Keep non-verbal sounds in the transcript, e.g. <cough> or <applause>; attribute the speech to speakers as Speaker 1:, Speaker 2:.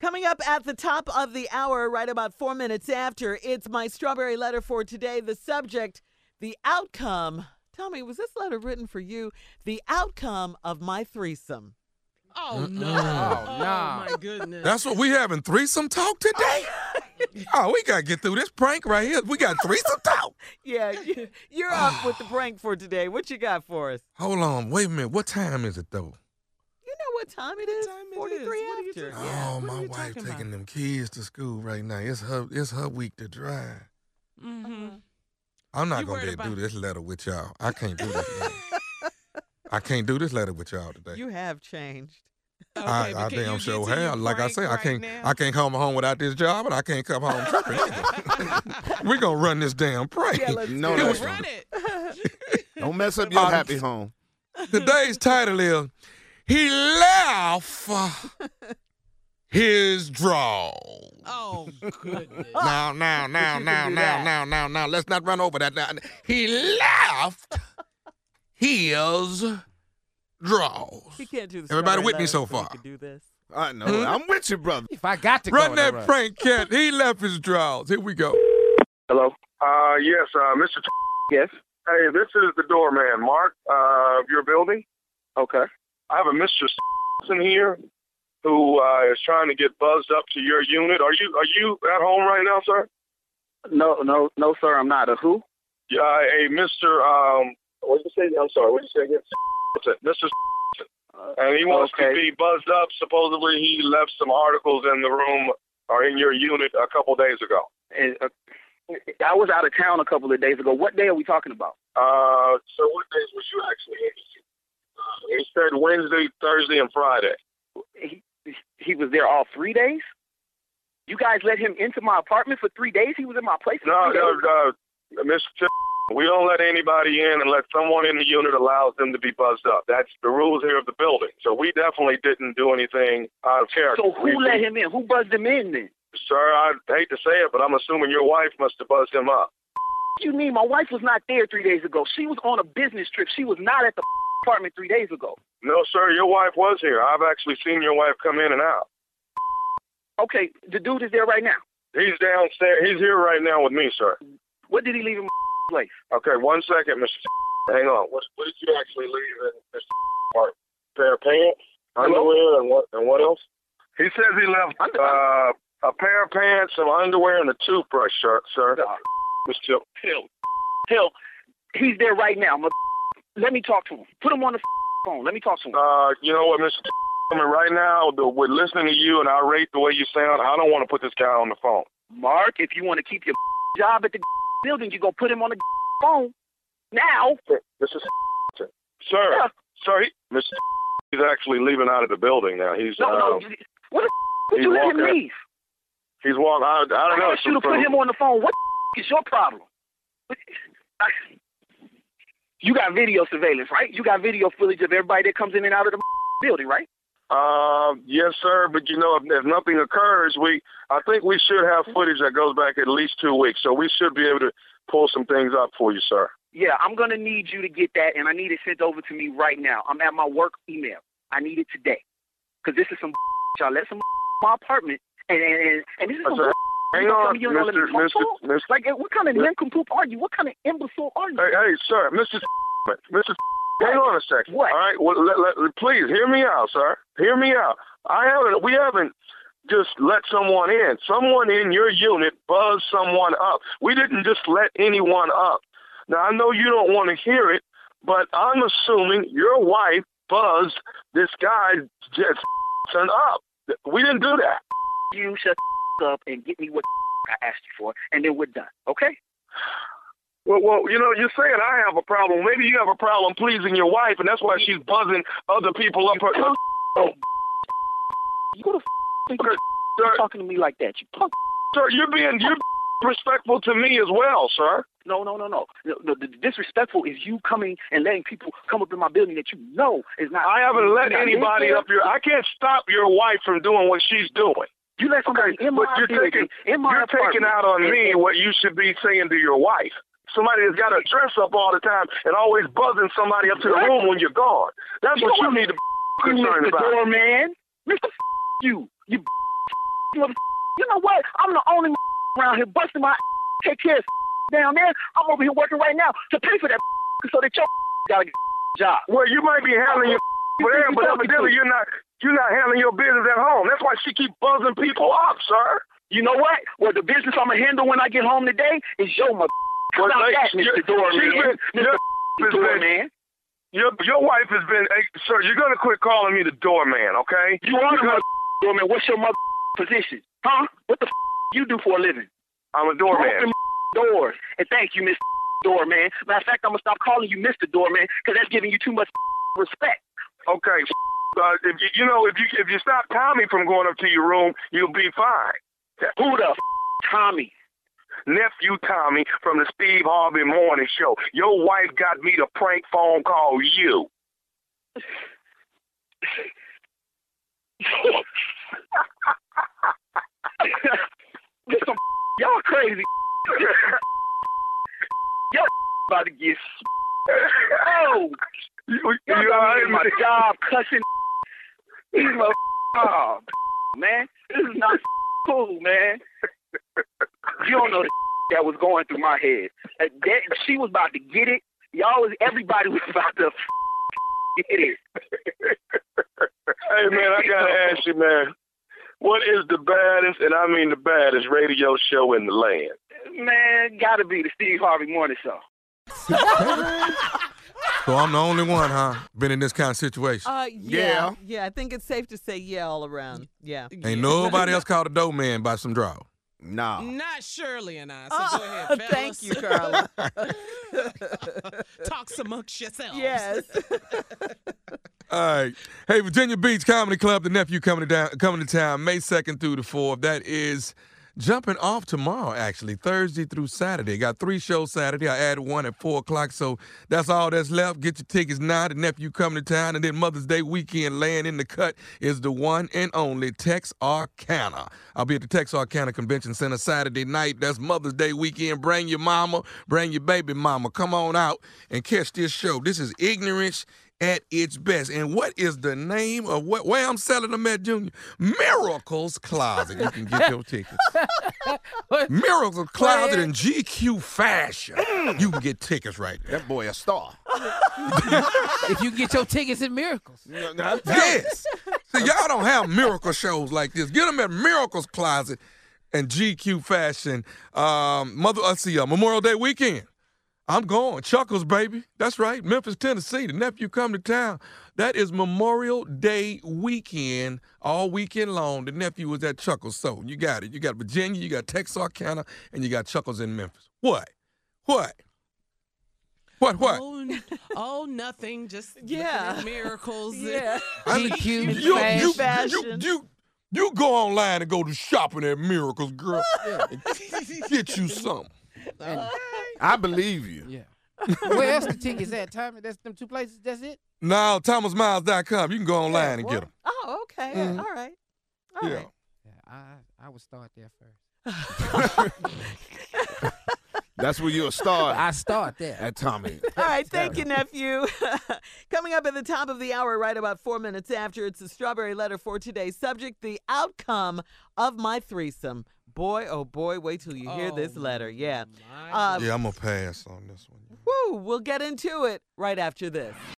Speaker 1: Coming up at the top of the hour, right about four minutes after, it's my strawberry letter for today. The subject, the outcome. Tell me, was this letter written for you? The outcome of my threesome.
Speaker 2: Oh no!
Speaker 3: Mm-mm.
Speaker 2: Oh,
Speaker 3: Nah.
Speaker 2: my goodness.
Speaker 3: That's what we having threesome talk
Speaker 2: <laughs>
Speaker 3: today. oh, we gotta get through this prank right here. We got threesome talk.
Speaker 1: Yeah, <laughs> you- you're
Speaker 2: <sighs>
Speaker 1: up with the prank for today. What you got for us?
Speaker 3: Hold on, wait a minute. What time is it though?
Speaker 1: You know what time it is?
Speaker 2: time it is?
Speaker 1: 43
Speaker 2: What are you
Speaker 1: after.
Speaker 2: talking Yeah,
Speaker 3: oh,
Speaker 2: what are
Speaker 3: my
Speaker 2: you
Speaker 3: wife
Speaker 2: talking
Speaker 3: taking
Speaker 2: about?
Speaker 3: them kids to school right now. It's her. It's her week to drive.
Speaker 2: hmm
Speaker 3: I'm not
Speaker 2: You
Speaker 3: gonna be
Speaker 2: worried
Speaker 3: able to do
Speaker 2: about-
Speaker 3: this letter with y'all. I can't do
Speaker 2: <laughs>
Speaker 3: this. letter. I can't do this letter with y'all today.
Speaker 1: You have
Speaker 3: <laughs>
Speaker 1: changed.
Speaker 2: Okay,
Speaker 3: I,
Speaker 2: but
Speaker 3: I
Speaker 2: can you
Speaker 3: damn
Speaker 2: get
Speaker 3: sure
Speaker 2: to your
Speaker 3: have. Like I
Speaker 2: prank
Speaker 3: say, I
Speaker 2: right
Speaker 3: can't.
Speaker 2: now?
Speaker 3: I can't come home without this job, and I can't come home
Speaker 2: <laughs>
Speaker 3: tripping. either. <laughs> we gonna run this damn prank.
Speaker 1: Yeah, let's
Speaker 4: No,
Speaker 1: do
Speaker 4: no,
Speaker 1: it.
Speaker 4: no.
Speaker 2: Run it.
Speaker 4: Don't mess up your
Speaker 3: Um,
Speaker 4: happy home.
Speaker 3: Today's title is He Left His Draw.
Speaker 2: Oh goodness.
Speaker 3: Now, now, now,
Speaker 1: can
Speaker 3: now,
Speaker 1: do
Speaker 3: now,
Speaker 1: that.
Speaker 3: now, now, now. Let's not run over that. Now, He left his draws.
Speaker 1: He can't do this.
Speaker 3: Everybody with me so far.
Speaker 1: Can do this.
Speaker 4: I know.
Speaker 3: Hmm?
Speaker 4: I'm with you, brother.
Speaker 5: If I got to
Speaker 3: Run
Speaker 5: go,
Speaker 3: that
Speaker 5: run.
Speaker 3: prank, cat. He left his draws. Here we go.
Speaker 6: Hello. Uh, yes, uh, Mr. Yes. Hey, this is the doorman, Mark, uh, of your building. Okay. I have a Mr. <laughs> in here who uh, is trying to get buzzed up to your unit. Are you are you at home right now, sir?
Speaker 7: No, no, no, sir, I'm not. A who?
Speaker 6: Yeah, Uh, a Mr. Um, what did you say? I'm sorry. What did you say again? <laughs> Mr. And he wants
Speaker 7: Okay.
Speaker 6: to be buzzed up. Supposedly, he left some articles in the room or in your unit a couple days ago.
Speaker 7: Eh, uh, I was out of town a couple of days ago. What day are we talking about?
Speaker 6: Uh, so what days was you actually in? Uh, He said Wednesday, Thursday, and Friday.
Speaker 7: He he was there all three days. You guys let him into my apartment for three days. He was in my place. for
Speaker 6: No,
Speaker 7: three
Speaker 6: no,
Speaker 7: days?
Speaker 6: no, Mr. We don't let anybody in unless someone in the unit allows them to be buzzed up. That's the rules here of the building. So we definitely didn't do anything out of character.
Speaker 7: So
Speaker 6: We-
Speaker 7: who let him in? Who buzzed him in then?
Speaker 6: Sir, I hate to say it, but I'm assuming your wife must have buzzed him up.
Speaker 7: What you mean? My wife was not there three days ago. She was on a business trip. She was not at the <laughs> apartment three days ago.
Speaker 6: No, sir, your wife was here. I've actually seen your wife come in and out.
Speaker 7: Okay, the dude is there right now.
Speaker 6: He's downstairs. He's here right now with me, sir.
Speaker 7: What did he leave in my place?
Speaker 6: Okay, one second, Mr. Hang on. What, what did you actually leave in Mr. Park? Pair of pants, underwear, and what and what else? He says he left uh, a pair of pants, some underwear, and a toothbrush, sir. sir.
Speaker 7: No.
Speaker 6: Mr.
Speaker 7: Hell, hell, he's there right now. Ma- Let me talk to him. Put him on the phone. Let me talk to him.
Speaker 6: Uh, you know what, Mr. I mean, right now, the, with listening to you and I rate the way you sound, I don't want to put this guy on the phone.
Speaker 7: Mark, if you want to keep your job at the building, you go put him on the phone now.
Speaker 6: Mr. Sir,
Speaker 7: Yeah.
Speaker 6: sir, he, Mr. He's actually leaving out of the building now. He's
Speaker 7: No, no.
Speaker 6: um,
Speaker 7: What the would
Speaker 6: he's
Speaker 7: you let him
Speaker 6: walking.
Speaker 7: leave?
Speaker 6: he's walking. I, I don't
Speaker 7: I
Speaker 6: know.
Speaker 7: asked you to
Speaker 6: some-
Speaker 7: put him on the phone. What the is your problem? <laughs> I- You got video surveillance, right? You got video footage of everybody that comes in and out of the building, right?
Speaker 6: Uh, yes, sir. But you know, if, if nothing occurs, we I think we should have footage that goes back at least two weeks, so we should be able to pull some things up for you, sir.
Speaker 7: Yeah, I'm gonna need you to get that, and I need it sent over to me right now. I'm at my work email. I need it today, cause this is some <laughs> y'all. Let some my apartment, and and and, and this is
Speaker 6: I
Speaker 7: some.
Speaker 6: said, Hang
Speaker 7: you gonna tell
Speaker 6: on,
Speaker 7: me you don't let me
Speaker 6: Mister,
Speaker 7: talk
Speaker 6: Mister,
Speaker 7: to him?
Speaker 6: Mister.
Speaker 7: <laughs> Like, uh, what kind of
Speaker 6: Mr.
Speaker 7: nincompoop are you? What kind of imbecile are you?
Speaker 6: Hey, hey, sir, Mister, <laughs> Mister. Hang on a second.
Speaker 7: What?
Speaker 6: All right. Well, let, let, please hear me out, sir. Hear me out. I haven't. We haven't just let someone in. Someone in your unit buzzed someone up. We didn't just let anyone up. Now I know you don't want to hear it, but I'm assuming your wife buzzed this guy <laughs> just up. We didn't do that.
Speaker 7: You shut <laughs> up and get me what <laughs> I asked you for, and then we're done. Okay?
Speaker 6: Well, well, you know, you're saying I have a problem. Maybe you have a problem pleasing your wife, and that's why she's buzzing other people up. Her,
Speaker 7: You go to <laughs> think
Speaker 6: Okay,
Speaker 7: you're
Speaker 6: sir,
Speaker 7: talking to me like that, you punk.
Speaker 6: sir, you're being you're respectful to me as well, sir.
Speaker 7: No, no, no, no. No, no, The disrespectful is you coming and letting people come up in my building that you know is not.
Speaker 6: I haven't let
Speaker 7: not
Speaker 6: anybody
Speaker 7: there.
Speaker 6: up your. I can't stop your wife from doing what she's doing.
Speaker 7: You let somebody
Speaker 6: Okay,
Speaker 7: in my
Speaker 6: but you're
Speaker 7: building,
Speaker 6: taking-
Speaker 7: in my
Speaker 6: You're
Speaker 7: apartment,
Speaker 6: taking out on
Speaker 7: and-
Speaker 6: me
Speaker 7: and-
Speaker 6: what you should be saying to your wife. Somebody that's got to dress up all the time and always buzzing somebody up to the
Speaker 7: What?
Speaker 6: room when you're gone. That's
Speaker 7: You
Speaker 6: what
Speaker 7: know
Speaker 6: you
Speaker 7: what?
Speaker 6: need to be
Speaker 7: you,
Speaker 6: concerned
Speaker 7: Mr.
Speaker 6: about.
Speaker 7: Doorman. Mr. you. You mother. You know what? I'm the only <laughs> around here busting my <laughs> take care of down there. I'm over here working right now to pay for that <laughs> so that your got a <laughs> job.
Speaker 6: Well, you might be handling your
Speaker 7: You think
Speaker 6: but there,
Speaker 7: you
Speaker 6: but
Speaker 7: talking
Speaker 6: evidently
Speaker 7: to?
Speaker 6: you're not you're not handling your business at home. That's why she keep buzzing people up, sir.
Speaker 7: You know what? Well, the business I'm gonna handle when I get home today is your mother.
Speaker 6: Well,
Speaker 7: Stop
Speaker 6: like,
Speaker 7: that,
Speaker 6: your-
Speaker 7: Mr. Doorman.
Speaker 6: she's been- your-
Speaker 7: Mr.
Speaker 6: been-
Speaker 7: Doorman.
Speaker 6: Your your wife has been, hey, sir. You're gonna quit calling me the doorman, okay?
Speaker 7: You are the
Speaker 6: Because
Speaker 7: <laughs> mother doorman. What's your mother <laughs> position? Huh? What the <laughs> you do for a living?
Speaker 6: I'm a
Speaker 7: You
Speaker 6: doorman.
Speaker 7: Open <laughs> doors. And thank you, <laughs> Mr. Doorman. Matter of fact, I'm gonna stop calling you Mr. Doorman because that's giving you too much <laughs> respect.
Speaker 6: Okay. Uh, if you, you know if you if you stop Tommy from going up to your room, you'll be fine.
Speaker 7: Who the Tommy?
Speaker 6: Nephew Tommy from the Steve Harvey Morning Show. Your wife got me to prank phone call you.
Speaker 7: This some y'all crazy. <laughs> y'all about to get. Oh,
Speaker 6: You,
Speaker 7: y'all got me
Speaker 6: you know,
Speaker 7: in my job cussing. <laughs> These mother- oh, man, this is not <laughs> cool, man. You don't know the <laughs> that was going through my head. Uh, That, she was about to get it. Y'all was everybody was about to <laughs> get it.
Speaker 6: Hey man, I <laughs> gotta ask you, man. What is the baddest, and I mean the baddest, radio show in the land?
Speaker 7: Man, gotta be the Steve Harvey Morning Show.
Speaker 3: So I'm the only one, huh? Been in this kind of situation.
Speaker 1: Uh, yeah, yeah.
Speaker 4: Yeah.
Speaker 1: I think it's safe to say yeah all around. Yeah.
Speaker 3: Ain't nobody else called a dough man by some draw.
Speaker 4: Nah.
Speaker 2: Not Shirley and I. So
Speaker 1: Oh, <laughs>
Speaker 2: go ahead,
Speaker 3: <laughs>
Speaker 2: fellas.
Speaker 1: thank you,
Speaker 2: <laughs>
Speaker 1: Carla.
Speaker 2: Talks amongst yourselves.
Speaker 1: yes.
Speaker 3: All right. Hey, Virginia Beach Comedy Club, the nephew coming to down, coming to town May 2nd through the 4th. That is jumping off tomorrow, actually, Thursday through Saturday. Got three shows Saturday. I added one at 4 o'clock. So that's all that's left. Get your tickets now. The nephew coming to town. And then Mother's Day weekend laying in the cut is the one and only Texarkana. I'll be at the Texarkana Convention Center Saturday night. That's Mother's Day weekend. Bring your mama, bring your baby mama. Come on out and catch this show. This is Ignorance at its best. And what is the name of what where I'm selling them at, Junior? Miracles Closet. You can get your tickets. Miracles Closet in GQ fashion. You can get tickets right there.
Speaker 4: That boy a star.
Speaker 5: if you get your tickets at Miracles.
Speaker 3: Yes. See, y'all don't have miracle shows like this. Get them at Miracles Closet and GQ Fashion. Um, Mother, let's see, uh, Memorial Day weekend. I'm going. Chuckles, baby. That's right. Memphis, Tennessee. The nephew come to town. That is Memorial Day weekend, all weekend long. The nephew was at Chuckles. So you got it. You got Virginia, you got Texarkana, and you got Chuckles in Memphis. What? What? What? What?
Speaker 2: Oh, n- oh, nothing. Just looking
Speaker 1: Yeah.
Speaker 2: at
Speaker 3: <laughs>
Speaker 2: miracles. <laughs>
Speaker 1: yeah.
Speaker 5: GQ
Speaker 3: you, you,
Speaker 5: Fashion.
Speaker 3: you, you, you go online and go to shopping at Miracles, girl. Get you something.
Speaker 5: And-
Speaker 4: I believe you.
Speaker 5: yeah. Where else the tickets at, Tommy? That's them two places. That's it.
Speaker 3: Now, thomasmiles.com. You can go online and get them.
Speaker 1: <laughs> Oh, okay.
Speaker 3: Mhm.
Speaker 1: All right. All
Speaker 3: Yeah.
Speaker 1: right.
Speaker 5: Yeah, I I would start there first.
Speaker 4: That's where you're a star
Speaker 5: I start there.
Speaker 4: at Tommy.
Speaker 1: All right, thank you, nephew. <laughs> Coming up at the top of the hour, right about four minutes after, it's the strawberry letter for today's subject the outcome of my threesome. Boy, oh boy, wait till you hear this
Speaker 2: Oh,
Speaker 1: letter. Yeah.
Speaker 2: my
Speaker 1: Uh,
Speaker 3: Yeah, I'm going to pass on this one.
Speaker 1: Woo, we'll get into it right after this.